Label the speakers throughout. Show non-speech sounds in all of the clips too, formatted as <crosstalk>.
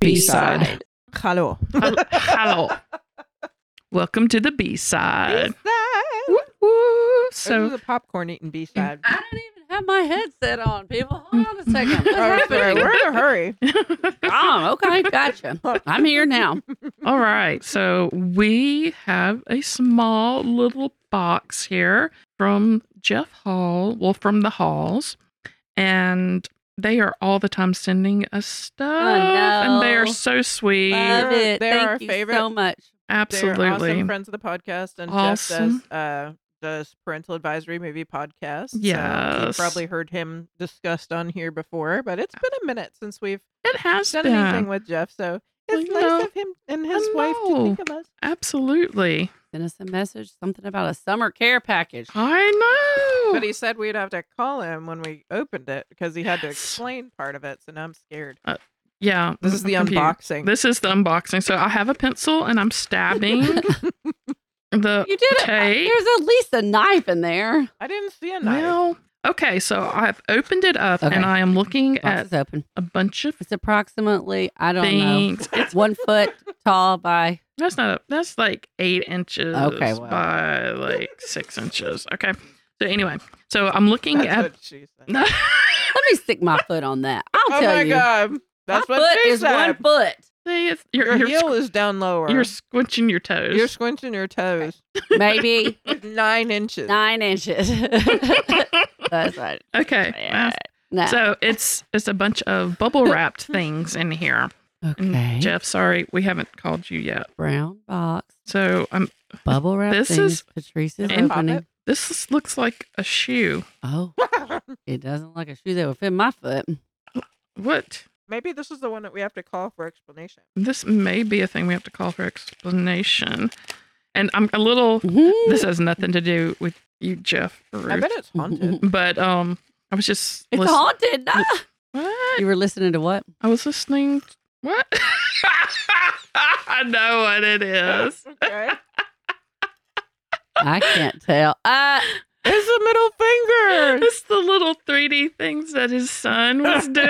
Speaker 1: B-side.
Speaker 2: B-side.
Speaker 3: Hello.
Speaker 1: Hel- Hello. Welcome to the B side.
Speaker 3: B-side.
Speaker 1: So
Speaker 3: So the popcorn eating B side.
Speaker 2: I don't even have my headset on, people. Hold on a second. What's
Speaker 3: All right, we're
Speaker 2: happening?
Speaker 3: in a hurry.
Speaker 2: Oh, okay. Gotcha. I'm here
Speaker 3: <laughs>
Speaker 2: now.
Speaker 1: all right. So we have a small little box here from Jeff Hall, well from the Halls. And they are all the time sending us stuff. And they are
Speaker 2: no.
Speaker 1: so sweet.
Speaker 2: Love it.
Speaker 3: They're
Speaker 2: Thank
Speaker 3: our
Speaker 2: you
Speaker 3: favorite.
Speaker 2: so much.
Speaker 1: Absolutely.
Speaker 3: They're awesome friends of the podcast, and
Speaker 1: Awesome.
Speaker 3: Jeff does uh, does parental advisory movie podcast. so
Speaker 1: Yes.
Speaker 3: you've probably heard him discussed on here before, but it's been a minute since we've
Speaker 1: It has
Speaker 3: done
Speaker 1: been.
Speaker 3: anything with Jeff. So
Speaker 1: Well,
Speaker 3: it's
Speaker 1: you
Speaker 3: nice
Speaker 1: know,
Speaker 3: of him and his
Speaker 1: I
Speaker 3: wife to
Speaker 1: know.
Speaker 3: think of us.
Speaker 1: Absolutely.
Speaker 2: Send us a message, something about a summer care package.
Speaker 3: Oh,
Speaker 1: I know.
Speaker 3: But he said we'd have to call him when we opened it because he had to
Speaker 1: Yes.
Speaker 3: explain part of it. So now I'm scared.
Speaker 1: yeah.
Speaker 3: This is the
Speaker 1: I'm confused.
Speaker 3: unboxing.
Speaker 1: This is the unboxing. So I have a pencil and I'm
Speaker 3: <laughs>
Speaker 1: stabbing the
Speaker 2: You did it.
Speaker 1: tape.
Speaker 2: There's at least a knife in there.
Speaker 3: I didn't see a knife.
Speaker 1: Well, okay, so I've opened it up
Speaker 2: Okay.
Speaker 1: and I am looking
Speaker 2: Box
Speaker 1: at
Speaker 2: is open.
Speaker 1: a bunch of
Speaker 2: It's approximately, I don't know,
Speaker 1: things. It's
Speaker 2: one foot tall by.
Speaker 1: that's not a, that's like eight inches
Speaker 2: Okay, well.
Speaker 1: by like six inches. Okay. So anyway, so I'm looking
Speaker 3: That's
Speaker 1: at
Speaker 3: what she said.
Speaker 1: <laughs> no,
Speaker 2: Let me stick my foot on that. I'll
Speaker 3: oh
Speaker 2: tell
Speaker 3: my
Speaker 2: you.
Speaker 3: god, that's
Speaker 2: my
Speaker 3: what
Speaker 2: foot
Speaker 3: she
Speaker 2: is
Speaker 3: said.
Speaker 2: one foot.
Speaker 3: <laughs>
Speaker 1: see, it's-
Speaker 3: Your
Speaker 1: you're you're,
Speaker 3: heel
Speaker 1: squ-
Speaker 3: is down lower.
Speaker 1: you're squinching your toes.
Speaker 3: You're squinching
Speaker 2: <laughs>
Speaker 3: your toes.
Speaker 2: Maybe
Speaker 3: It's nine inches.
Speaker 2: nine inches. <laughs> That's right.
Speaker 1: <laughs> okay.
Speaker 2: Yeah.
Speaker 1: wow.
Speaker 2: No.
Speaker 1: So it's it's a bunch of bubble
Speaker 2: <laughs>
Speaker 1: wrapped things in here. And
Speaker 3: mm,
Speaker 2: okay.
Speaker 1: Jeff, sorry, we haven't called you yet.
Speaker 2: Brown box.
Speaker 1: So um,
Speaker 2: Bubble wrap.
Speaker 1: This
Speaker 2: This
Speaker 1: is-
Speaker 2: is Patrice's
Speaker 3: And-
Speaker 2: opening.
Speaker 1: this is- looks like a shoe.
Speaker 2: Oh, it doesn't like a shoe that would fit my foot.
Speaker 1: What?
Speaker 3: <laughs> Maybe this is the one that we have to call for explanation.
Speaker 1: This may be a thing we have to call for explanation. And I'm a little.
Speaker 2: <laughs> Mhm.
Speaker 1: This has nothing to do with you, Jeff. or
Speaker 3: I
Speaker 1: Ruth,
Speaker 3: bet
Speaker 2: <laughs>
Speaker 3: it's haunted.
Speaker 1: But um, I was just.
Speaker 2: It's
Speaker 1: lis-
Speaker 2: haunted.
Speaker 1: <laughs>
Speaker 2: No.
Speaker 1: What?
Speaker 2: You were listening to what?
Speaker 1: I was listening. What? <laughs> I know what it
Speaker 2: <laughs>
Speaker 1: is.
Speaker 3: okay.
Speaker 2: I can't tell. Uh,
Speaker 3: It's a middle finger. <laughs>
Speaker 1: It's the little 3D things that his son
Speaker 2: <laughs>
Speaker 1: was doing.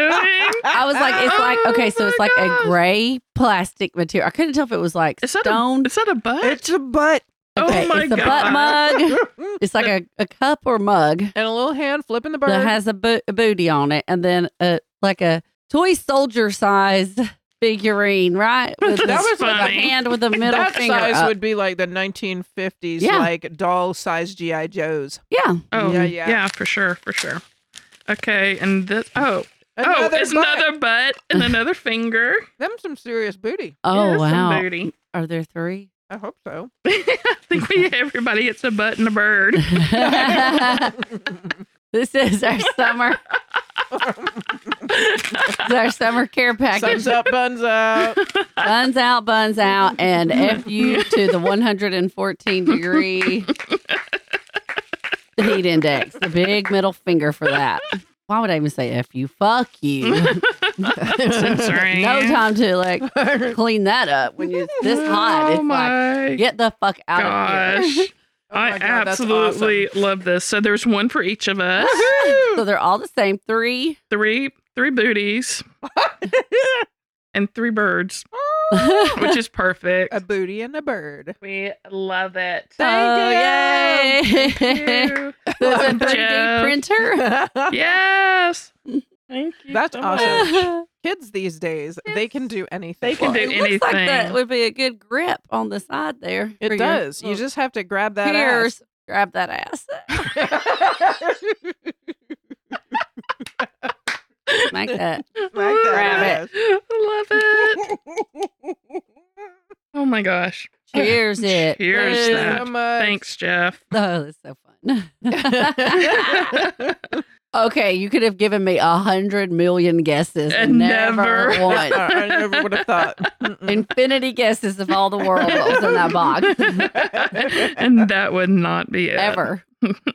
Speaker 2: I was like, it's like
Speaker 1: <laughs> Oh
Speaker 2: okay, so it's
Speaker 1: my
Speaker 2: like
Speaker 1: gosh.
Speaker 2: a gray plastic material. I couldn't tell if it was like
Speaker 1: Is that
Speaker 2: stone.
Speaker 1: a? Is that a butt?
Speaker 3: It's a butt.
Speaker 1: oh
Speaker 2: okay,
Speaker 1: my
Speaker 2: it's a
Speaker 1: God.
Speaker 2: butt mug.
Speaker 1: <laughs>
Speaker 3: and
Speaker 2: It's like a, a cup or mug
Speaker 3: a little hand flipping the bird.
Speaker 2: that has a, bo- a booty on it, and then a like a toy soldier sized figurine, right? With
Speaker 1: <laughs> That
Speaker 2: a-
Speaker 1: was
Speaker 2: with a
Speaker 1: funny.
Speaker 2: hand with a middle
Speaker 3: that
Speaker 2: finger.
Speaker 3: size
Speaker 2: up.
Speaker 3: would be like the 1950s,
Speaker 2: Yeah.
Speaker 3: like doll size GI Joes.
Speaker 2: yeah. Mm-hmm.
Speaker 1: Oh
Speaker 3: Yeah,
Speaker 1: yeah,
Speaker 3: yeah.
Speaker 1: yeah, for sure, for sure. Okay, and this. Oh, oh,
Speaker 3: Another
Speaker 1: it's
Speaker 3: butt.
Speaker 1: another butt and another finger.
Speaker 3: Them some serious booty.
Speaker 2: Oh
Speaker 1: Yeah, some
Speaker 2: wow.
Speaker 1: booty.
Speaker 2: Are there three?
Speaker 3: I hope so.
Speaker 1: I think we everybody gets a butt and a bird.
Speaker 2: <laughs> this is our summer. this is our summer care package.
Speaker 3: Thumbs up,
Speaker 2: <laughs>
Speaker 3: buns up.
Speaker 2: Buns out, buns out, and F you to the 114 degree heat index. The big middle finger for that. Why would I even say F you? Fuck you.
Speaker 1: Censoring.
Speaker 2: no time to like
Speaker 3: Oh
Speaker 2: clean that up when you're this hot.
Speaker 1: Oh
Speaker 2: It's like,
Speaker 1: my
Speaker 2: get the fuck out of
Speaker 1: gosh!
Speaker 2: here.
Speaker 3: Oh
Speaker 1: I
Speaker 3: my God, that's
Speaker 1: absolutely love this. So there's one for each of us.
Speaker 2: So they're all the same.
Speaker 1: <laughs>
Speaker 2: Three.
Speaker 1: three three booties
Speaker 3: awesome.
Speaker 1: and three birds, which is perfect.
Speaker 3: <laughs> a booty and a bird.
Speaker 1: We love it.
Speaker 2: oh,
Speaker 3: Thank
Speaker 2: yay.
Speaker 1: Thank you.
Speaker 2: <laughs> There's a
Speaker 1: Love
Speaker 2: 3D
Speaker 1: Jeff.
Speaker 2: printer. <laughs>
Speaker 1: Yes. Thank you.
Speaker 3: That's
Speaker 1: so
Speaker 3: awesome.
Speaker 1: much.
Speaker 3: Kids these days, they can do anything.
Speaker 1: They can do
Speaker 2: it looks like that
Speaker 1: anything.
Speaker 2: would be a good grip on the side there. for
Speaker 3: It
Speaker 2: your
Speaker 3: does. You
Speaker 2: little
Speaker 3: just have to grab that
Speaker 2: peers.
Speaker 3: ass.
Speaker 2: Grab that ass. <laughs>
Speaker 3: <laughs>
Speaker 2: Make
Speaker 3: <laughs>
Speaker 2: that.
Speaker 3: Like that
Speaker 2: Grab
Speaker 3: ass.
Speaker 1: I
Speaker 3: <laughs>
Speaker 1: love it. Oh my gosh.
Speaker 2: Cheers it.
Speaker 1: Cheers
Speaker 2: Boo.
Speaker 1: that.
Speaker 3: so much.
Speaker 1: Thanks, Jeff.
Speaker 2: <laughs> Oh, that's so fun. <laughs> okay, you could have given me a hundred million guesses and,
Speaker 1: And
Speaker 2: never,
Speaker 1: never.
Speaker 2: one.
Speaker 3: I never would
Speaker 2: <laughs>
Speaker 3: have thought. Mm-mm.
Speaker 2: Infinity guesses of all the world that was in that
Speaker 3: <laughs>
Speaker 2: box.
Speaker 1: <laughs> and that would not be it.
Speaker 2: Ever.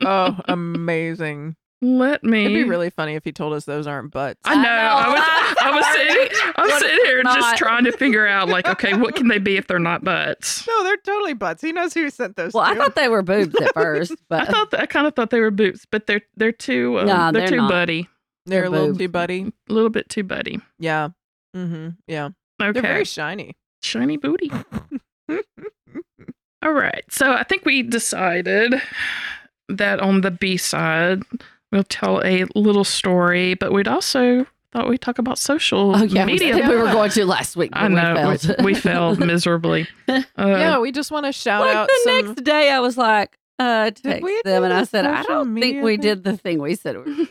Speaker 3: oh, amazing.
Speaker 1: Let me.
Speaker 3: It'd be really funny if he told us those aren't butts.
Speaker 1: I know. I was.
Speaker 2: I know.
Speaker 1: I was sitting. I was
Speaker 2: <laughs> What
Speaker 1: sitting here
Speaker 2: not?
Speaker 1: just trying to figure out, like, okay, what can they be if they're not butts?
Speaker 3: <laughs> No, they're totally butts. He knows who sent those
Speaker 2: Well, I
Speaker 3: to.
Speaker 2: thought they were boobs at first,
Speaker 1: I
Speaker 2: but
Speaker 1: thought. I kind of thought they were boots, but they're they're too. Um,
Speaker 2: Nah,
Speaker 1: they're,
Speaker 2: they're
Speaker 1: too
Speaker 2: not.
Speaker 1: buddy.
Speaker 3: they're a
Speaker 2: they're
Speaker 3: little
Speaker 2: boobs.
Speaker 3: too buddy.
Speaker 1: A little bit too buddy.
Speaker 3: Yeah. Mm-hmm. Yeah.
Speaker 1: Okay.
Speaker 3: They're very shiny.
Speaker 1: <laughs> Shiny booty. All right. So I think we decided that on the B side, we'll tell a little story, but we'd also thought we'd talk about social
Speaker 2: Oh yeah, we,
Speaker 1: media.
Speaker 2: said we were going to last week. But
Speaker 1: I know.
Speaker 2: we failed.
Speaker 1: <laughs> We, we
Speaker 2: <laughs>
Speaker 1: failed miserably. Uh,
Speaker 3: yeah, we just want to shout
Speaker 2: like
Speaker 3: out
Speaker 2: the
Speaker 3: some.
Speaker 2: next day, I was like, uh, text
Speaker 3: we
Speaker 2: them,
Speaker 3: do
Speaker 2: and I
Speaker 3: the
Speaker 2: said, I
Speaker 3: social
Speaker 2: don't think
Speaker 3: media
Speaker 2: we
Speaker 3: thing?
Speaker 2: did the thing we <laughs> said. we were-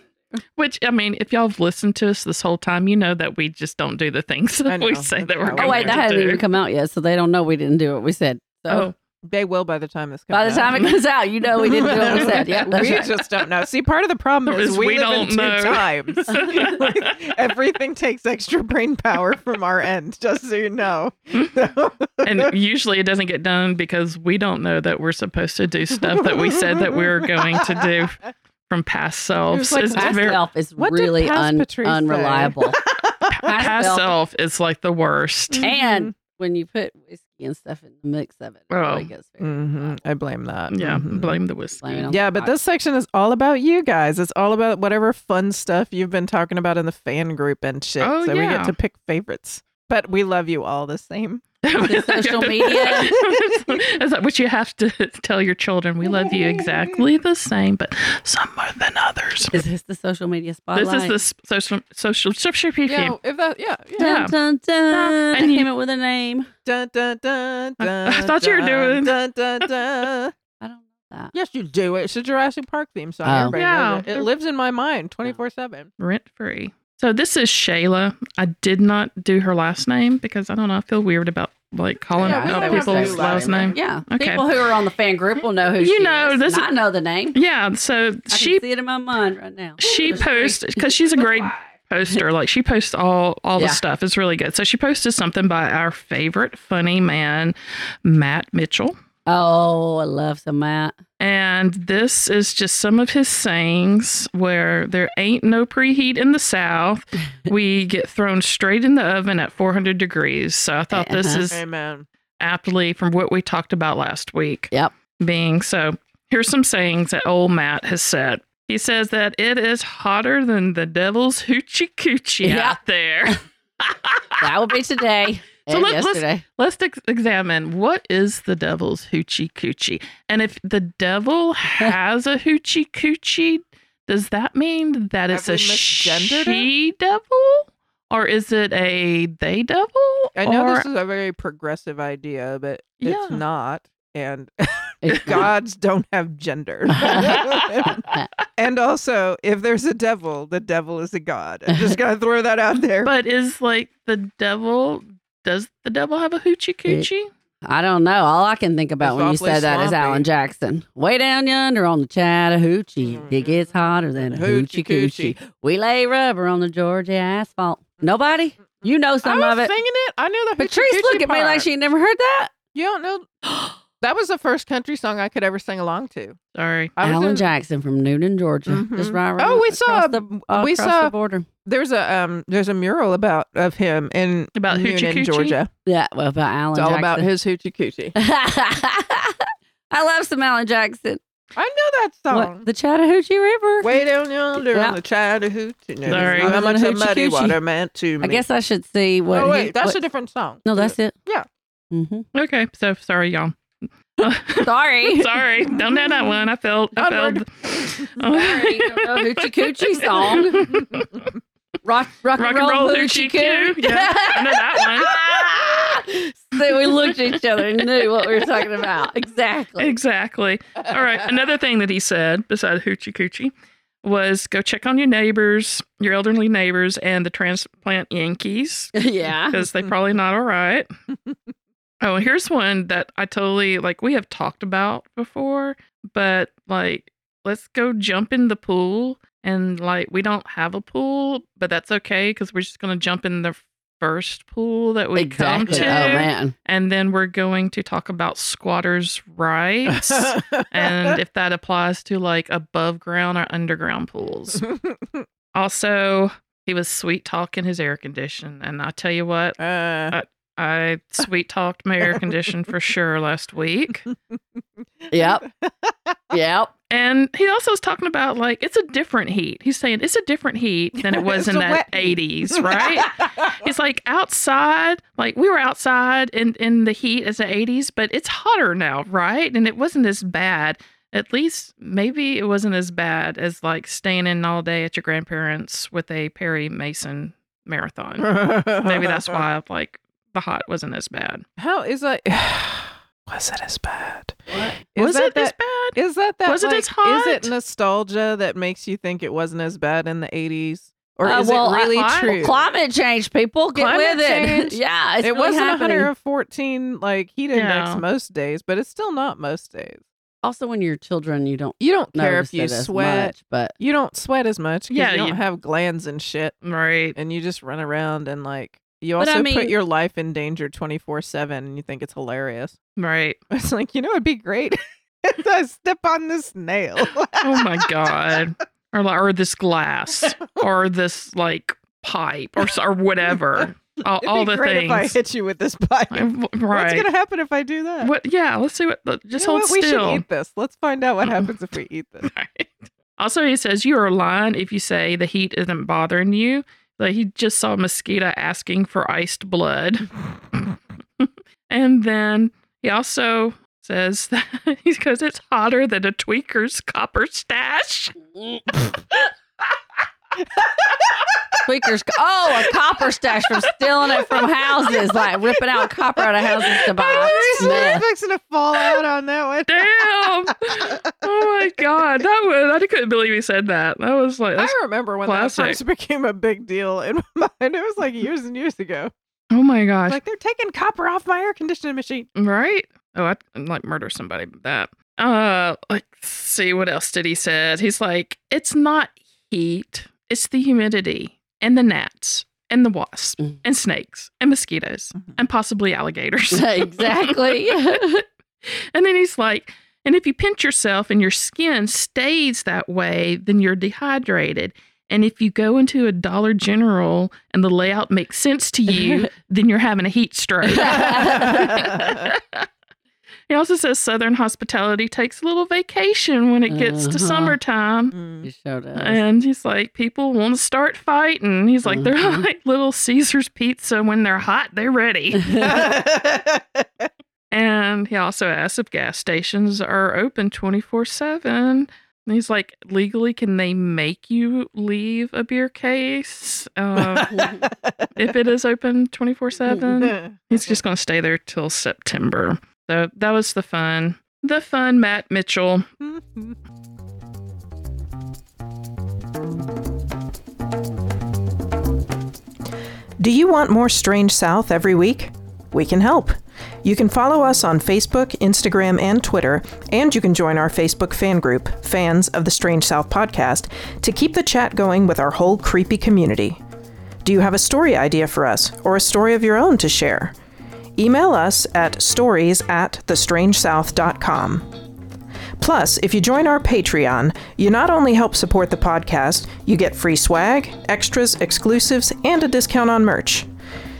Speaker 1: Which, I mean, if y'all have listened to us this whole time, you know that we just don't do the things <laughs>
Speaker 3: I
Speaker 1: that we
Speaker 3: know.
Speaker 1: say
Speaker 3: That's
Speaker 1: that we're
Speaker 3: how it
Speaker 1: going
Speaker 2: oh wait,
Speaker 1: to
Speaker 2: that hadn't
Speaker 1: do.
Speaker 2: even come out yet, so they don't know we didn't do what we said. So
Speaker 1: Oh,
Speaker 3: They will by the time this comes.
Speaker 2: by the
Speaker 3: out.
Speaker 2: time it comes out, you know we didn't do what
Speaker 1: <laughs>
Speaker 2: we said. Yeah, that's
Speaker 3: we
Speaker 2: right.
Speaker 3: just don't know. See, part of <laughs> the problem is,
Speaker 1: Is
Speaker 3: we,
Speaker 1: we don't
Speaker 3: live in two
Speaker 1: know.
Speaker 3: <laughs> times. Like, everything takes extra brain power from our end, just so you know. <laughs> So-
Speaker 1: Oh, and
Speaker 3: <laughs>
Speaker 1: usually it doesn't get done because we don't know that we're supposed to do stuff that we said that we were going to do
Speaker 3: <laughs>
Speaker 1: from past selves.
Speaker 3: like
Speaker 1: It's
Speaker 2: Past
Speaker 1: very-
Speaker 2: self is
Speaker 3: What did
Speaker 2: really
Speaker 3: past
Speaker 2: un-
Speaker 3: Patrice
Speaker 1: <laughs>
Speaker 3: say?
Speaker 2: unreliable.
Speaker 1: Mm-hmm. past,
Speaker 2: self.
Speaker 1: self is like the worst.
Speaker 2: and when you put whiskey and stuff in the mix of it, it
Speaker 1: Oh.
Speaker 2: really gets very
Speaker 3: Mhm. I blame that.
Speaker 1: Yeah,
Speaker 2: Mm-hmm.
Speaker 3: Mhm.
Speaker 1: blame the whiskey.
Speaker 2: Blame it on-
Speaker 3: Yeah, but this section is all about you guys. It's all about whatever fun stuff you've been talking about in the fan group and shit.
Speaker 1: Oh,
Speaker 3: so we
Speaker 1: yeah.
Speaker 3: get to pick favorites. But we love you all the same.
Speaker 2: The
Speaker 1: <laughs>
Speaker 2: social media.
Speaker 1: Is that what you have to <laughs> tell your children? We love you exactly the same, but some more than others.
Speaker 2: Is this the social media spotlight?
Speaker 1: This is the s- social social social media.
Speaker 3: if that, yeah, yeah.
Speaker 1: Yeah.
Speaker 2: Dun, dun, dun.
Speaker 1: And
Speaker 2: I
Speaker 1: you-
Speaker 2: came up with a name.
Speaker 3: Dun, dun, dun, dun,
Speaker 1: I thought you were
Speaker 3: dun,
Speaker 1: doing-
Speaker 3: Dun, dun, dun.
Speaker 2: I don't know that.
Speaker 3: yes, you do. It's a Jurassic Park theme song.
Speaker 2: Oh.
Speaker 3: Everybody
Speaker 1: Yeah.
Speaker 3: knows it. it lives in my mind 24 7.
Speaker 1: rent free. So this is Shayla. I did not do her last name because I don't know. I feel weird about like calling
Speaker 2: Yeah, we
Speaker 1: out
Speaker 2: don't have to
Speaker 1: people's
Speaker 2: do
Speaker 1: last
Speaker 3: last name.
Speaker 1: name.
Speaker 2: Yeah.
Speaker 1: Okay.
Speaker 2: People who are on the fan group will know who
Speaker 1: You
Speaker 2: she
Speaker 1: know,
Speaker 2: is.
Speaker 1: this
Speaker 2: and
Speaker 1: is-
Speaker 2: I know the name.
Speaker 1: Yeah. So
Speaker 2: I
Speaker 1: she
Speaker 2: can see it in my mind right now.
Speaker 1: she posted because she's a great poster. Like she posts all all
Speaker 2: Yeah.
Speaker 1: the stuff. It's really good. So she posted something by our favorite funny man, Matt Mitchell.
Speaker 2: <laughs> Oh, I love some Matt.
Speaker 1: And this is just some of his sayings where there ain't no preheat in the
Speaker 2: <laughs>
Speaker 1: South. We get thrown straight in the oven at 400 degrees. So I thought this
Speaker 2: Uh-huh.
Speaker 1: is
Speaker 3: Amen.
Speaker 1: aptly from what we talked about last week.
Speaker 2: Yep.
Speaker 1: Being so, here's some sayings that old Matt has said. He says that it is hotter than the devil's hoochie coochie
Speaker 2: Yeah.
Speaker 1: out there.
Speaker 2: That would be today.
Speaker 1: <laughs> So
Speaker 2: and
Speaker 1: let- let's-
Speaker 2: yesterday.
Speaker 1: <laughs> Let's ex- examine what is the devil's hoochie coochie, and if the devil has a hoochie coochie, does that mean that it's a
Speaker 3: Have we misgendered it?
Speaker 1: she devil, or is it a they devil?
Speaker 3: I know
Speaker 1: Or-
Speaker 3: this is a very progressive idea, but it's
Speaker 1: Yeah.
Speaker 3: not.
Speaker 2: <laughs>
Speaker 3: And
Speaker 2: It's not.
Speaker 3: gods don't
Speaker 2: <laughs>
Speaker 3: have gender. <laughs> and also, if there's a devil, the devil is a god. I'm just gonna throw that out there.
Speaker 1: But is like the devil? Does the devil have a hoochie coochie?
Speaker 2: I don't know. All I can think about
Speaker 3: It's
Speaker 2: when you
Speaker 3: awfully
Speaker 2: said that is
Speaker 3: swampy.
Speaker 2: Alan Jackson. Way down yonder on the Chattahoochee,
Speaker 3: Mhm.
Speaker 2: it gets hotter than a hoochie
Speaker 3: Hoochie
Speaker 2: coochie.
Speaker 3: coochie.
Speaker 2: We lay rubber on the Georgia asphalt. Nobody? You know some
Speaker 3: I
Speaker 2: of
Speaker 3: was
Speaker 2: it.
Speaker 3: singing it. I knew that.
Speaker 2: Patrice looked at me like she never heard that.
Speaker 3: You don't
Speaker 2: <gasps>
Speaker 3: know. That was the first country song I could ever sing along to.
Speaker 1: Sorry.
Speaker 3: I was
Speaker 2: Alan
Speaker 3: in-
Speaker 2: Jackson from Newton, Georgia, just
Speaker 3: Mhm.
Speaker 2: right around.
Speaker 3: Oh, we saw-
Speaker 2: across the, uh,
Speaker 3: we
Speaker 2: across
Speaker 3: saw-
Speaker 2: the border.
Speaker 3: There's a um. There's a mural about of him in
Speaker 1: About hoochie
Speaker 3: Noonan,
Speaker 1: coochie?
Speaker 3: Georgia.
Speaker 2: Yeah, well, about Alan.
Speaker 3: It's all
Speaker 2: Jackson.
Speaker 3: about his hoochie coochie.
Speaker 2: <laughs> I love some Alan Jackson.
Speaker 3: I know that song.
Speaker 2: What, the Chattahoochee River.
Speaker 3: Way down yonder
Speaker 2: Yeah.
Speaker 3: on the Chattahoochee. No,
Speaker 1: Sorry.
Speaker 3: How much a
Speaker 2: Hoochie
Speaker 3: muddy
Speaker 2: coochie.
Speaker 3: water meant to me.
Speaker 2: I guess I should see what.
Speaker 3: oh,
Speaker 2: he-
Speaker 3: wait, that's
Speaker 2: what-
Speaker 3: a different song.
Speaker 2: no,
Speaker 3: <laughs>
Speaker 2: that's it.
Speaker 3: Yeah.
Speaker 2: hmm
Speaker 3: <laughs>
Speaker 1: Okay. So sorry, <laughs> y'all.
Speaker 2: <laughs> Sorry.
Speaker 3: <laughs>
Speaker 1: sorry. Don't know that one. I felt. I
Speaker 3: Onward.
Speaker 1: felt.
Speaker 2: Sorry, don't know Hoochie Coochie song.
Speaker 3: <laughs>
Speaker 2: Rock, rock,
Speaker 1: Rock and roll hoochie coo.
Speaker 2: <laughs>
Speaker 1: Yeah. I know that
Speaker 2: so Ah! we looked at each other and knew what we were talking
Speaker 3: <laughs>
Speaker 2: about.
Speaker 1: one.
Speaker 2: Exactly. <laughs>
Speaker 1: Exactly. All right. Another thing that he said, besides hoochie coochie, was go check on your neighbors, your elderly neighbors, and the transplant Yankees
Speaker 2: <laughs> yeah.
Speaker 1: because they probably not all
Speaker 2: <laughs>
Speaker 1: right. oh, here's one that I totally like. We have talked about before, but like, let's go jump in the pool. And like, we don't have a pool, but that's okay because we're just gonna jump in the first pool that we
Speaker 2: exactly.
Speaker 1: come
Speaker 2: Oh
Speaker 1: to,
Speaker 2: man.
Speaker 1: and then we're going to talk about squatters'
Speaker 3: <laughs>
Speaker 1: rights.
Speaker 2: <laughs>
Speaker 1: and if that applies to like above ground or underground
Speaker 3: <laughs>
Speaker 1: pools. Also, he was sweet talking his air condition, and I tell you what,
Speaker 3: uh,
Speaker 1: I sweet
Speaker 3: uh,
Speaker 1: talked my air condition for sure last week.
Speaker 2: Yep. Yep.
Speaker 1: And he also is talking about like it's a different heat. He's saying it's a different heat
Speaker 3: <laughs>
Speaker 1: than it was
Speaker 3: It's
Speaker 1: in
Speaker 3: a
Speaker 1: the
Speaker 3: wet heat. <laughs>
Speaker 1: eighties, right? it's like outside, like we were outside in, in the heat as the eighties, but it's hotter now, right? And it wasn't as bad. At least maybe it wasn't as bad as like staying in all day at your grandparents with a Perry Mason
Speaker 3: <laughs>
Speaker 1: marathon. Maybe that's why like the hot wasn't as bad.
Speaker 3: How is that? <sighs> Was it as bad? Is
Speaker 1: Was
Speaker 3: that
Speaker 1: it as
Speaker 3: that,
Speaker 1: bad?
Speaker 3: Is that that?
Speaker 1: Was it
Speaker 3: like,
Speaker 1: as hot?
Speaker 3: Is it nostalgia that makes you think it wasn't as bad in the eighties, or
Speaker 2: Uh,
Speaker 3: is
Speaker 2: well, I-
Speaker 3: it really
Speaker 1: I-
Speaker 3: true?
Speaker 2: Climate change, people get
Speaker 3: Climate
Speaker 2: with it. <laughs>
Speaker 3: change.
Speaker 2: yeah, it's
Speaker 3: it
Speaker 2: really
Speaker 3: wasn't
Speaker 2: happening.
Speaker 3: 114 like heat index
Speaker 1: No.
Speaker 3: most days, but it's still not most days.
Speaker 2: Also, when you're children, you don't
Speaker 3: You don't care
Speaker 2: notice
Speaker 3: if you
Speaker 2: it as
Speaker 3: sweat.
Speaker 2: much, but
Speaker 3: You don't sweat as much because
Speaker 1: Yeah,
Speaker 3: you don't
Speaker 1: you-
Speaker 3: have glands and shit,
Speaker 1: Right.
Speaker 3: and you just run around and like you
Speaker 2: But I
Speaker 3: also
Speaker 2: mean-
Speaker 3: put your life in danger 24 seven, and you think it's hilarious. <laughs>
Speaker 1: Right.
Speaker 3: It's like you know it'd be great <laughs> if I step on this nail. <laughs>
Speaker 1: Oh my god. Or like, or this glass, or this like pipe, or s- or whatever. All,
Speaker 3: <laughs> It'd
Speaker 1: all
Speaker 3: be
Speaker 1: the
Speaker 3: great if I
Speaker 1: things.
Speaker 3: hit you with this pipe.
Speaker 1: I'm-
Speaker 3: What's
Speaker 1: right.
Speaker 3: gonna happen if I do that? <laughs>
Speaker 1: What? Yeah. Let's see what. let-
Speaker 3: You
Speaker 1: Just
Speaker 3: know
Speaker 1: hold
Speaker 3: what? We
Speaker 1: still. <laughs>
Speaker 3: should eat this. Let's find out what happens if we eat this.
Speaker 1: Right. Also, he says you are lying if you say the heat isn't bothering you. Like he just saw a mosquito asking for iced blood, <laughs> and then he also says <laughs> that he goes, "It's hotter than a tweaker's copper stash."
Speaker 2: <laughs> tweakers. Oh, a copper stash from stealing it from houses, like ripping out copper out of houses to buy.
Speaker 3: I was
Speaker 2: Meh.
Speaker 3: fixing to fall out on that one. <laughs>
Speaker 1: Damn! oh my god, that was I couldn't believe he said that. That was like, that's,
Speaker 3: I remember when that
Speaker 1: classic.
Speaker 3: first <laughs> became a big deal in <laughs> my mind. It was like years and years ago.
Speaker 1: oh my gosh,
Speaker 3: Like they're taking copper off my air conditioning machine. <laughs>
Speaker 1: right? Oh, I'd, I'd, like murder somebody with that. Uh, like, see what else did he said? He's like, it's not heat, it's the humidity and the gnats and the wasps
Speaker 2: Mhm.
Speaker 1: and snakes and mosquitoes
Speaker 3: Mhm.
Speaker 1: and possibly
Speaker 2: <laughs>
Speaker 1: alligators.
Speaker 2: exactly.
Speaker 1: <laughs> And then he's like, and if you pinch yourself and your skin stays that way, then you're dehydrated. And if you go into a Dollar General and the layout makes sense to you, then you're having a heat
Speaker 3: <laughs>
Speaker 1: stroke. he also says Southern hospitality takes a little vacation when it gets to
Speaker 2: Uh-huh.
Speaker 1: summertime.
Speaker 3: Mm.
Speaker 2: you showed us.
Speaker 1: And he's like, people want to start fighting. He's like, they're
Speaker 2: Mhm.
Speaker 1: like little Caesar's pizza. When they're hot, they're
Speaker 3: <laughs>
Speaker 1: ready. And he also asks if gas stations are open 24 7. And he's like, legally, can they make you leave a beer case uh, if it is open 24
Speaker 3: <laughs>
Speaker 1: 7?
Speaker 3: Mm.
Speaker 1: <laughs> He's just going to stay there till September. So that was the fun. The fun, Matt Mitchell.
Speaker 3: <laughs> Do you want more Strange South every week? We can help. You can follow us on Facebook, Instagram, and Twitter, and you can join our Facebook fan group, Fans of the Strange South Podcast, to keep the chat going with our whole creepy community. Do you have a story idea for us or a story of your own to share? Email us at stories at thestrangesouth.com. Plus, if you join our Patreon, you not only help support the podcast, you get free swag, extras, exclusives, and a discount on merch.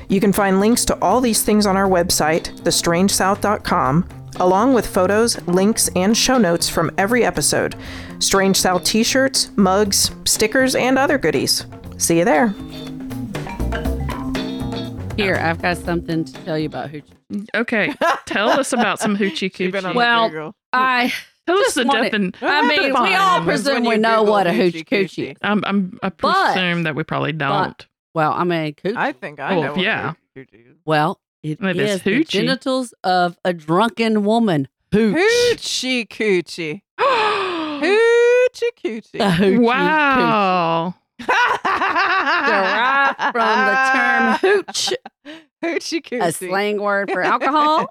Speaker 3: You can find links to all these things on our website, thestrangesouth.com, along with photos, links, and show notes from every episode, Strange South t shirts, mugs, stickers, and other goodies. See you there.
Speaker 2: Here, I've got something to tell you about hoochie.
Speaker 1: Okay, tell us about some hoochie coochie.
Speaker 2: a- Well, I,
Speaker 1: <laughs> tell us the
Speaker 2: just wanted-
Speaker 1: definition.
Speaker 2: I mean, we all
Speaker 3: That's when
Speaker 2: presume
Speaker 3: you
Speaker 2: we know
Speaker 3: Google
Speaker 2: what a hoochie
Speaker 3: hoochie
Speaker 2: coochie.
Speaker 3: coochie.
Speaker 2: is.
Speaker 1: I'm, I'm, I
Speaker 2: But-
Speaker 1: presume that we probably don't.
Speaker 2: Well, I mean, coochie.
Speaker 3: think
Speaker 1: I Oh, know what yeah.
Speaker 2: well, it
Speaker 1: It is
Speaker 2: is the
Speaker 1: hoochie.
Speaker 2: genitals of a drunken woman. Hooch.
Speaker 3: Hoochie coochie. Hoochie coochie.
Speaker 2: A hoochie coochie.
Speaker 1: wow.
Speaker 2: derived
Speaker 3: derived
Speaker 2: from the
Speaker 3: <laughs>
Speaker 2: term hooch,
Speaker 3: hoochie coochie.
Speaker 2: a slang word for
Speaker 3: <laughs>
Speaker 2: alcohol,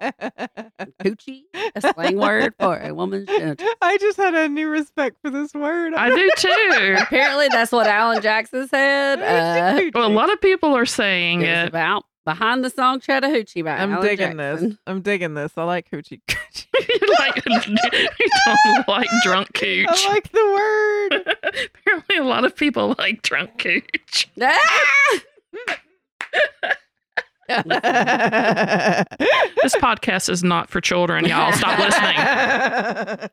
Speaker 2: hoochie, a slang word for a woman's genitals.
Speaker 3: I just had a new respect for this word.
Speaker 1: I do too.
Speaker 2: <laughs> Apparently, that's what Alan Jackson said. Uh,
Speaker 3: Hoochie
Speaker 1: Well, a
Speaker 3: coochie.
Speaker 1: lot of people are saying
Speaker 2: it was
Speaker 1: it. <laughs>
Speaker 2: about behind the song Chattahoochee by
Speaker 3: I'm
Speaker 2: Alan
Speaker 3: digging
Speaker 2: Jackson.
Speaker 3: this. I'm digging this. I like hoochie <laughs> coochie.
Speaker 1: like, <laughs> we don't like
Speaker 2: <laughs>
Speaker 1: drunk cooch.
Speaker 3: I like the word.
Speaker 1: Apparently, a lot of people like drunk cooch.
Speaker 2: <laughs> Ah! <laughs>
Speaker 3: <laughs>
Speaker 1: This podcast is not for children, y'all. Stop listening.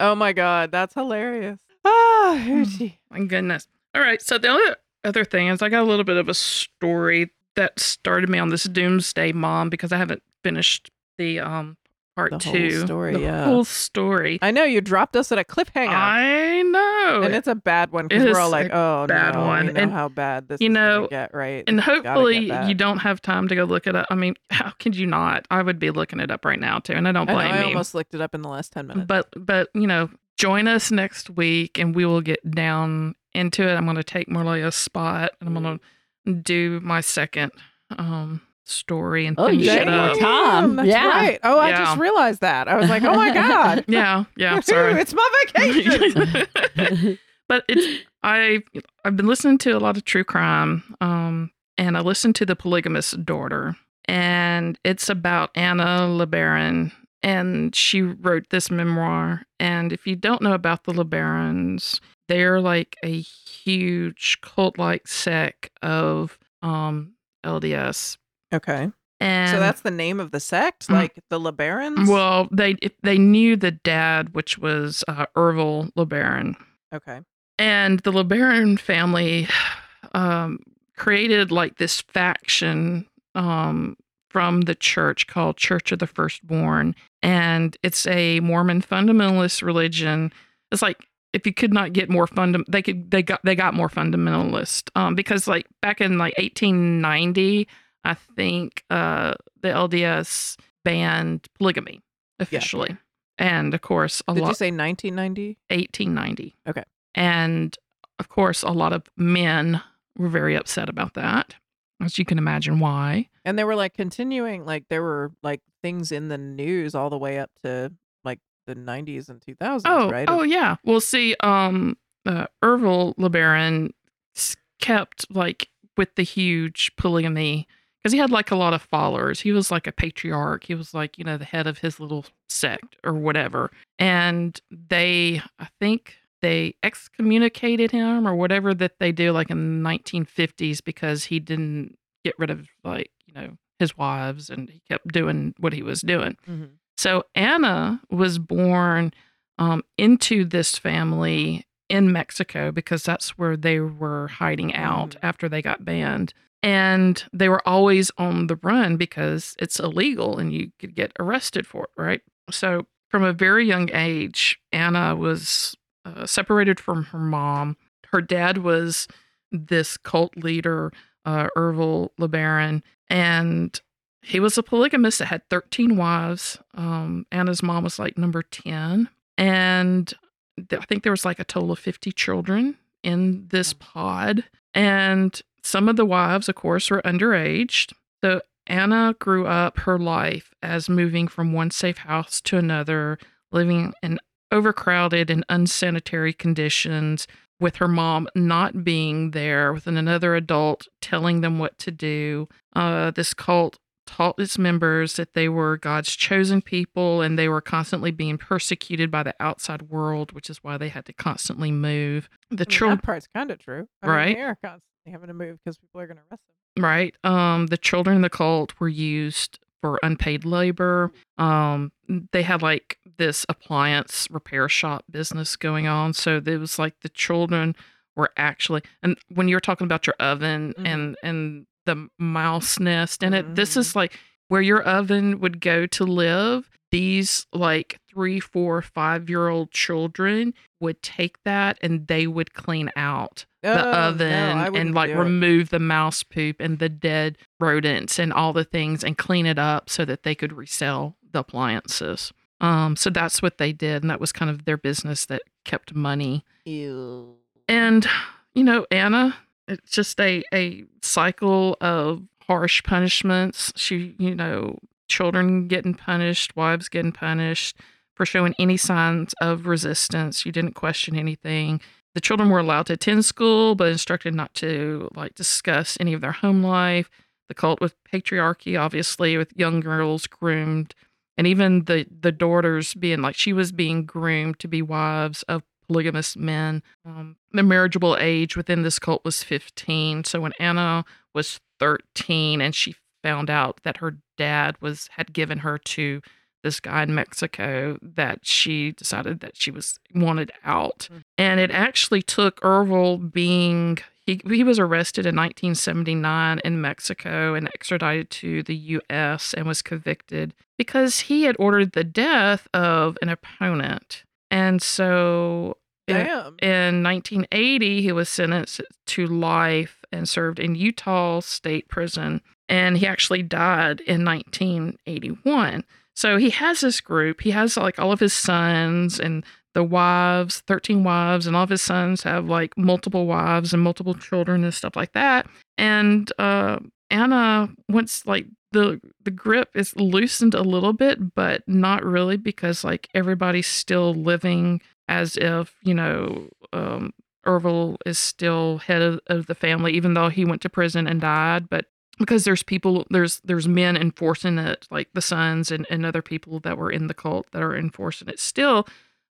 Speaker 4: Oh my god, that's
Speaker 2: <sighs>
Speaker 3: <sighs>
Speaker 4: hilarious. Ah, Hoochie.
Speaker 1: My goodness. All right. So the other other thing is I got a little bit of a story that started me on this doomsday mom because I haven't finished the um part
Speaker 4: The whole
Speaker 1: two.
Speaker 4: story,
Speaker 1: the
Speaker 4: yeah.
Speaker 1: whole story.
Speaker 4: I know you dropped us at a cliffhanger.
Speaker 1: I know.
Speaker 4: and it's a bad one because
Speaker 1: It
Speaker 4: we're all
Speaker 1: is
Speaker 4: like,
Speaker 1: a
Speaker 4: "Oh
Speaker 1: bad
Speaker 4: no,
Speaker 1: one.
Speaker 4: we know
Speaker 1: And,
Speaker 4: how bad this
Speaker 1: you
Speaker 4: is gonna
Speaker 1: know,
Speaker 4: get right."
Speaker 1: and
Speaker 4: Gotta get
Speaker 1: hopefully
Speaker 4: that.
Speaker 1: you don't have time to go look it up. I mean, how could you not? I would be looking it up right now too, and I don't
Speaker 4: I, know,
Speaker 1: blame
Speaker 4: I
Speaker 1: you.
Speaker 4: almost looked it up in the last ten minutes.
Speaker 1: but but you know join us next week and we will get down into it i'm going to take Marleya's spot and i'm going to do my second um story and
Speaker 2: Oh,
Speaker 1: finish
Speaker 2: you
Speaker 1: it
Speaker 2: got more
Speaker 1: up
Speaker 2: time. Tom,
Speaker 4: That's
Speaker 2: yeah.
Speaker 4: right. Oh, I just
Speaker 1: Yeah.
Speaker 4: realized that. I was like, "Oh
Speaker 1: <laughs>
Speaker 4: my god,
Speaker 1: yeah
Speaker 4: <laughs>
Speaker 1: yeah
Speaker 2: <laughs>
Speaker 1: i'm sorry
Speaker 4: it's my vacation."
Speaker 1: <laughs> but it's i i've been listening to a lot of true crime um and i listened to the polygamous daughter and it's about anna lebaron and she wrote this memoir and if you don't know about the lebarons they're like a huge cult-like sect of um lds
Speaker 3: Okay.
Speaker 1: and
Speaker 4: so that's the name of the sect,
Speaker 1: Mhm.
Speaker 4: like the LeBarons.
Speaker 1: well they they knew the dad which was uh, ervil lebaron
Speaker 3: Okay.
Speaker 1: and the LeBaron family um, created like this faction um, from the church called Church of the Firstborn, and it's a Mormon fundamentalist religion. It's like if you could not get more fundam, they could they got they got more fundamentalist um, because like back in like 1890, I think uh, the LDS banned polygamy officially, and of course a
Speaker 4: Did
Speaker 1: lot
Speaker 4: you say 1990?
Speaker 1: 1890.
Speaker 4: Okay.
Speaker 1: And of course, a lot of men were very upset about that, as you can imagine why.
Speaker 4: And they were like continuing, like there were like things in the news all the way up to like the 90s and 2000s,
Speaker 1: Oh,
Speaker 4: right?
Speaker 1: oh yeah. Well, see, um, uh, Ervil LeBaron s- kept like with the huge polygamy because he had like a lot of followers. He was like a patriarch. He was like you know the head of his little sect or whatever. And they, I think they excommunicated him or whatever that they do like in the 1950s because he didn't get rid of like you know his wives and he kept doing what he was doing.
Speaker 4: Mhm.
Speaker 1: So Anna was born um, into this family in Mexico because that's where they were hiding out
Speaker 4: Mhm.
Speaker 1: after they got banned. And they were always on the run because it's illegal and you could get arrested for it, right? So, from a very young age, Anna was uh, separated from her mom. Her dad was this cult leader, uh, Ervil LeBaron, and he was a polygamist that had 13 wives. Um, Anna's mom was like number 10. And th- I think there was like a total of 50 children in this pod. And some of the wives, of course, were underage. So Anna grew up her life as moving from one safe house to another, living in overcrowded and unsanitary conditions with her mom not being there, with another adult telling them what to do. Uh, this cult taught its members that they were God's chosen people and they were constantly being persecuted by the outside world, which is why they had to constantly move. The
Speaker 4: I mean,
Speaker 1: children
Speaker 4: that part's kind of true. I
Speaker 1: Right.
Speaker 4: Mean, they are constantly having to move because people are going to arrest them.
Speaker 1: right um the children in the cult were used for unpaid labor um they had like this appliance repair shop business going on so it was like the children were actually and when you're talking about your oven
Speaker 4: Mhm.
Speaker 1: and and the mouse nest in it this
Speaker 4: Mhm.
Speaker 1: is like where your oven would go to live these like three four five year old children would take that and they would clean out the
Speaker 4: Oh,
Speaker 1: oven
Speaker 4: no, I
Speaker 1: and
Speaker 4: wouldn't
Speaker 1: like
Speaker 4: do it.
Speaker 1: remove the mouse poop and the dead rodents and all the things and clean it up so that they could resell the appliances. Um, so that's what they did, and that was kind of their business that kept money.
Speaker 4: Ew.
Speaker 1: And you know, Anna, it's just a a cycle of harsh punishments. She, you know, children getting punished, wives getting punished for showing any signs of resistance. She didn't question anything. The children were allowed to attend school, but instructed not to like discuss any of their home life. The cult with patriarchy, obviously, with young girls groomed, and even the the daughters being like she was being groomed to be wives of polygamous men. Um, the marriageable age within this cult was 15. So when Anna was 13 and she found out that her dad was had given her to this guy in Mexico that she decided that she was wanted out. And it actually took Ervil being he, he was arrested in 1979 in Mexico and extradited to the US and was convicted because he had ordered the death of an opponent. And so Yeah.
Speaker 3: Damn.
Speaker 1: in 1980, he was sentenced to life and served in Utah State Prison. And he actually died in 1981. So he has this group. He has like all of his sons and the wives, 13 wives, and all of his sons have like multiple wives and multiple children and stuff like that. And uh, Anna, once like the the grip is loosened a little bit, but not really because like everybody's still living as if you know um, Ervil is still head of, of the family, even though he went to prison and died. But because there's people, there's there's men enforcing it, like the sons and, and other people that were in the cult that are enforcing it still.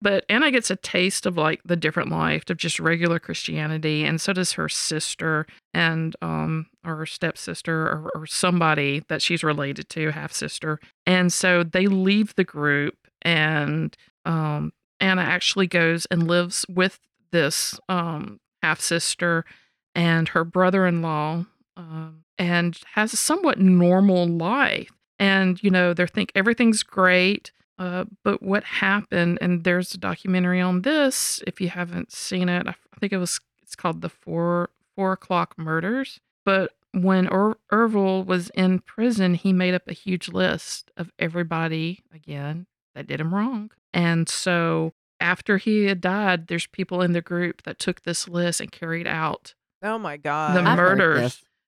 Speaker 1: But Anna gets a taste of like the different life of just regular Christianity, and so does her sister and um or stepsister or, or somebody that she's related to, half sister. And so they leave the group, and um Anna actually goes and lives with this um, half sister and her brother in law um, and has a somewhat normal life. And, you know, they think everything's great. Uh, but what happened, and there's a documentary on this, if you haven't seen it, I I think it was, it's called The Four, Four O'Clock Murders. But when er- Ervil was in prison, he made up a huge list of everybody, again, that did him wrong. And so after he had died, there's people in the group that took this list and carried out.
Speaker 3: Oh my god.
Speaker 1: The
Speaker 2: I've heard
Speaker 1: murders.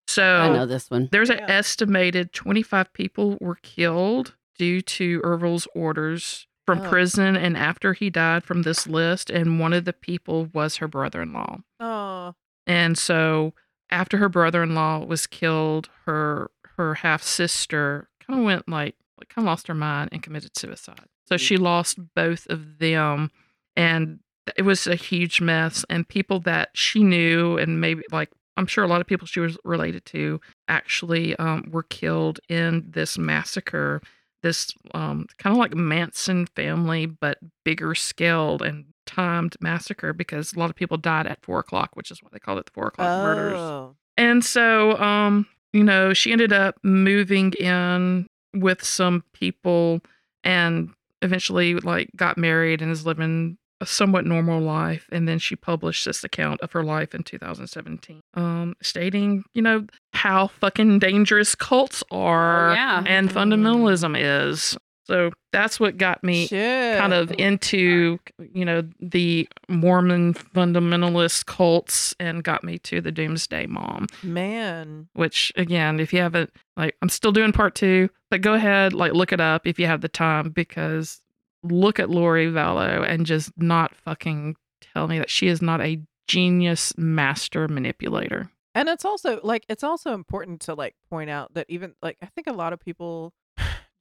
Speaker 2: this. I know
Speaker 1: So
Speaker 2: this one.
Speaker 1: there's an
Speaker 3: Yeah.
Speaker 1: estimated 25 people were killed due to Ervil's orders from
Speaker 3: Oh.
Speaker 1: prison and after he died from this list. And one of the people was her brother in law.
Speaker 3: oh.
Speaker 1: And so after her brother-in-law was killed, her her half-sister kind of went like like kind of lost her mind and committed suicide. So she lost both of them and it was a huge mess and people that she knew and maybe like I'm sure a lot of people she was related to actually um, were killed in this massacre. This um, kind of like Manson family, but bigger scaled and timed massacre because a lot of people died at four o'clock, which is why they called it the four o'clock murders.
Speaker 3: Oh.
Speaker 1: And so, um, you know, she ended up moving in with some people and eventually like got married and is living a somewhat normal life and then she published this account of her life in 2017 um stating you know how fucking dangerous cults are
Speaker 2: Oh, yeah.
Speaker 1: and
Speaker 3: Mm.
Speaker 1: fundamentalism is so that's what got me
Speaker 3: Shit.
Speaker 1: kind of into you know the Mormon fundamentalist cults and got me to the Doomsday Mom,
Speaker 3: man.
Speaker 1: which again, if you haven't like I'm still doing part 2, but go ahead like look it up if you have the time because look at Lori Vallow and just not fucking tell me that she is not a genius master manipulator.
Speaker 3: And it's also like it's also important to like point out that even like I think a lot of people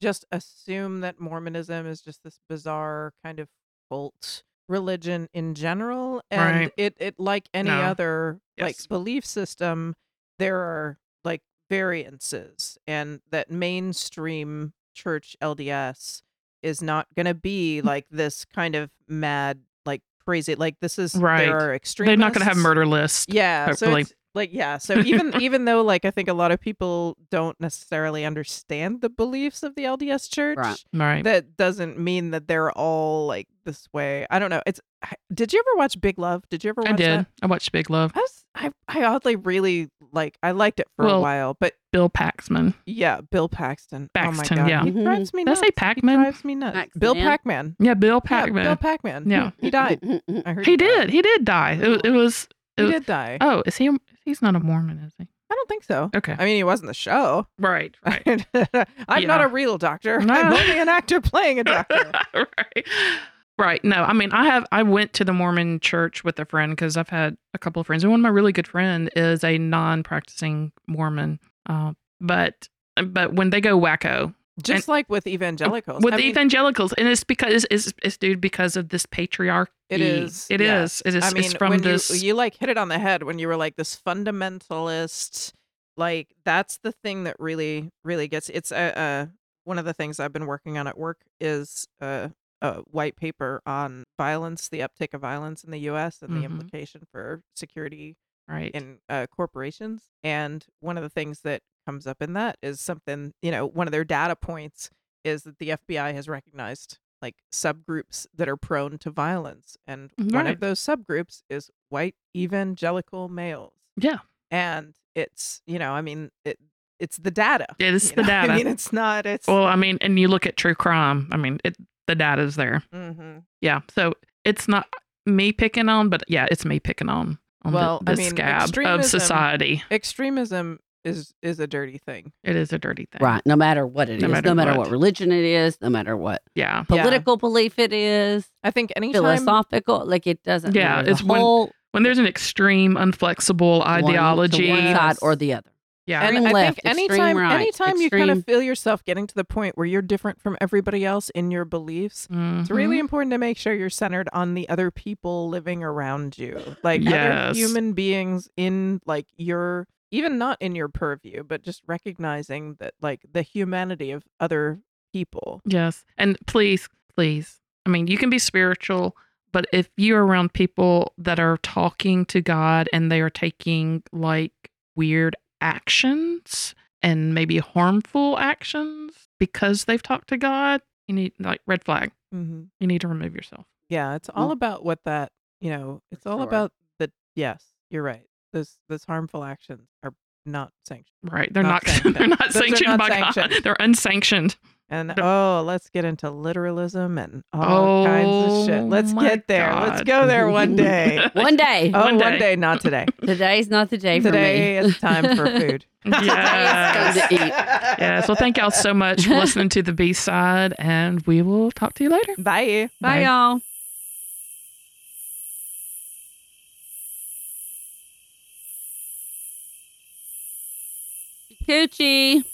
Speaker 3: just assume that Mormonism is just this bizarre kind of cult religion in general and
Speaker 1: Right.
Speaker 3: it it like any
Speaker 1: No.
Speaker 3: other
Speaker 1: Yes.
Speaker 3: like belief system there are like variances and that mainstream church LDS is not going to be
Speaker 1: Mm.
Speaker 3: like this kind of mad like crazy like this is
Speaker 1: Right.
Speaker 3: there are extremists
Speaker 1: They're not going to have murder lists.
Speaker 3: yeah so
Speaker 1: hopefully.
Speaker 3: it's, like yeah so even even though like i think a lot of people don't necessarily understand the beliefs of the lds church
Speaker 2: Right.
Speaker 1: <laughs> Right.
Speaker 3: that doesn't mean that they're all like this way i don't know it's I- did you ever watch big love did you ever watch
Speaker 1: I did.
Speaker 3: that?
Speaker 1: I watched Big Love.
Speaker 3: i was i, I oddly really like i liked it for a
Speaker 1: Well-
Speaker 3: while but
Speaker 1: Bill Paxman.
Speaker 3: yeah bill paxton
Speaker 1: Paxton,
Speaker 3: oh my god
Speaker 1: yeah.
Speaker 3: he drives me
Speaker 1: Did I
Speaker 3: nuts
Speaker 1: say
Speaker 3: he
Speaker 1: Pac-Man?
Speaker 3: drives me nuts
Speaker 2: Paxman.
Speaker 3: bill pacman
Speaker 1: Yeah, Bill
Speaker 3: Yeah,
Speaker 1: Pac-Man.
Speaker 3: bill pacman
Speaker 1: Yeah.
Speaker 3: he died i heard
Speaker 1: He
Speaker 3: died.
Speaker 1: did. He did die. It, it was.
Speaker 3: he
Speaker 1: it-
Speaker 3: did die
Speaker 1: Oh, is he? He's not a Mormon, is he?
Speaker 3: i don't think so
Speaker 1: Okay.
Speaker 3: i mean he wasn't the show
Speaker 1: Right. Right.
Speaker 3: <laughs> I'm not
Speaker 1: Yeah.
Speaker 3: a real doctor.
Speaker 1: No.
Speaker 3: I'm only an actor playing
Speaker 1: <laughs>
Speaker 3: a doctor.
Speaker 1: right. Right. No, I mean, I have. I went to the Mormon church with a friend because I've had a couple of friends, and one of my really good friend is a non-practicing Mormon. Uh, but but when they go wacko
Speaker 3: Just like with evangelicals.
Speaker 1: with
Speaker 3: I
Speaker 1: the
Speaker 3: mean,
Speaker 1: evangelicals, and it's because it's, it's due because of this patriarchy.
Speaker 3: It is,
Speaker 1: It
Speaker 3: yeah.
Speaker 1: is. It is.
Speaker 3: I mean,
Speaker 1: it's from
Speaker 3: when
Speaker 1: this.
Speaker 3: you, you like hit it on the head when you were like this fundamentalist, like that's the thing that really, really gets it's a, one of the things I've been working on at work is uh, a white paper on violence, the uptick of violence in the U.S. and the
Speaker 1: Mhm.
Speaker 3: implication for security
Speaker 1: Right.
Speaker 3: in uh, corporations. And one of the things that comes up in that is something, you know, one of their data points is that the FBI has recognized like subgroups that are prone to violence. And one
Speaker 1: Right.
Speaker 3: of those subgroups is white evangelical males.
Speaker 1: yeah.
Speaker 3: And it's, you know, I mean, it, it's the data.
Speaker 1: Yeah, this is
Speaker 3: you
Speaker 1: the
Speaker 3: know?
Speaker 1: data.
Speaker 3: <laughs> I mean, it's not, it's,
Speaker 1: Well, I mean, and you look at true crime. I mean, it the data's there.
Speaker 3: Mhm.
Speaker 1: Yeah. So it's not me picking on, but yeah, it's me picking on on the-
Speaker 3: Well, I
Speaker 1: the,
Speaker 3: mean,
Speaker 1: scab of
Speaker 3: extremism-
Speaker 1: society.
Speaker 3: extremism is, is a dirty thing.
Speaker 1: It is a dirty thing.
Speaker 2: Right. No matter what it is,
Speaker 1: No matter
Speaker 2: no matter
Speaker 1: what.
Speaker 2: what. religion it is, no matter what
Speaker 1: Yeah.
Speaker 3: Yeah.
Speaker 2: political belief it is,
Speaker 3: I think anytime
Speaker 2: philosophical, like it doesn't.
Speaker 1: Yeah,
Speaker 2: matter. The
Speaker 1: it's when-
Speaker 2: whole
Speaker 1: When there's an extreme, unflexible
Speaker 2: one- to
Speaker 1: ideology.
Speaker 2: one side or the other.
Speaker 1: yeah.
Speaker 3: and
Speaker 2: Extreme
Speaker 3: I
Speaker 2: left,
Speaker 3: think
Speaker 2: extreme
Speaker 3: anytime,
Speaker 2: right,
Speaker 3: anytime you kind
Speaker 2: extreme-
Speaker 3: of feel yourself getting to the point where you're different from everybody else in your beliefs, it's
Speaker 2: Mm-hmm.
Speaker 3: really important to make sure you're centered on the other people living around you, like
Speaker 1: Yes.
Speaker 3: other human beings in like your even not in your purview, but just recognizing that like the humanity of other people.
Speaker 1: Mm-hmm. Yes. And please, please. I mean, you can be spiritual, but if you're around people that are talking to God and they are taking like weird actions and maybe harmful actions because they've talked to God, you need like red flag.
Speaker 3: Mm-hmm.
Speaker 1: You need to remove yourself.
Speaker 3: Yeah, it's all about what that you know. It's all
Speaker 2: Mm. Sure.
Speaker 3: about the yes. You're right. Those those harmful actions are not sanctioned.
Speaker 1: Right. They're not,
Speaker 3: Not sanctioned.
Speaker 1: <laughs> they're not
Speaker 3: Those are
Speaker 1: sanctioned
Speaker 3: not
Speaker 1: by God.
Speaker 3: sanctioned.
Speaker 1: They're unsanctioned.
Speaker 3: And
Speaker 1: But-
Speaker 3: oh, let's get into literalism and all kinds of
Speaker 1: Oh
Speaker 3: shit. Let's
Speaker 1: my
Speaker 3: get there. Let's
Speaker 1: God.
Speaker 3: go there
Speaker 1: <laughs>
Speaker 3: one day.
Speaker 2: <laughs>
Speaker 1: Uh,
Speaker 2: One day,
Speaker 3: oh,
Speaker 1: One
Speaker 3: one
Speaker 1: day.
Speaker 3: day.
Speaker 1: <laughs>
Speaker 3: not today.
Speaker 2: today's not the day
Speaker 3: today
Speaker 2: for me.
Speaker 3: is time for food.
Speaker 1: yes.
Speaker 2: Time to
Speaker 3: <laughs>
Speaker 2: eat.
Speaker 1: yes. Well, thank y'all so much for listening to the B side, and we will talk to you later.
Speaker 3: Bye.
Speaker 2: Bye, y'all. Coochie.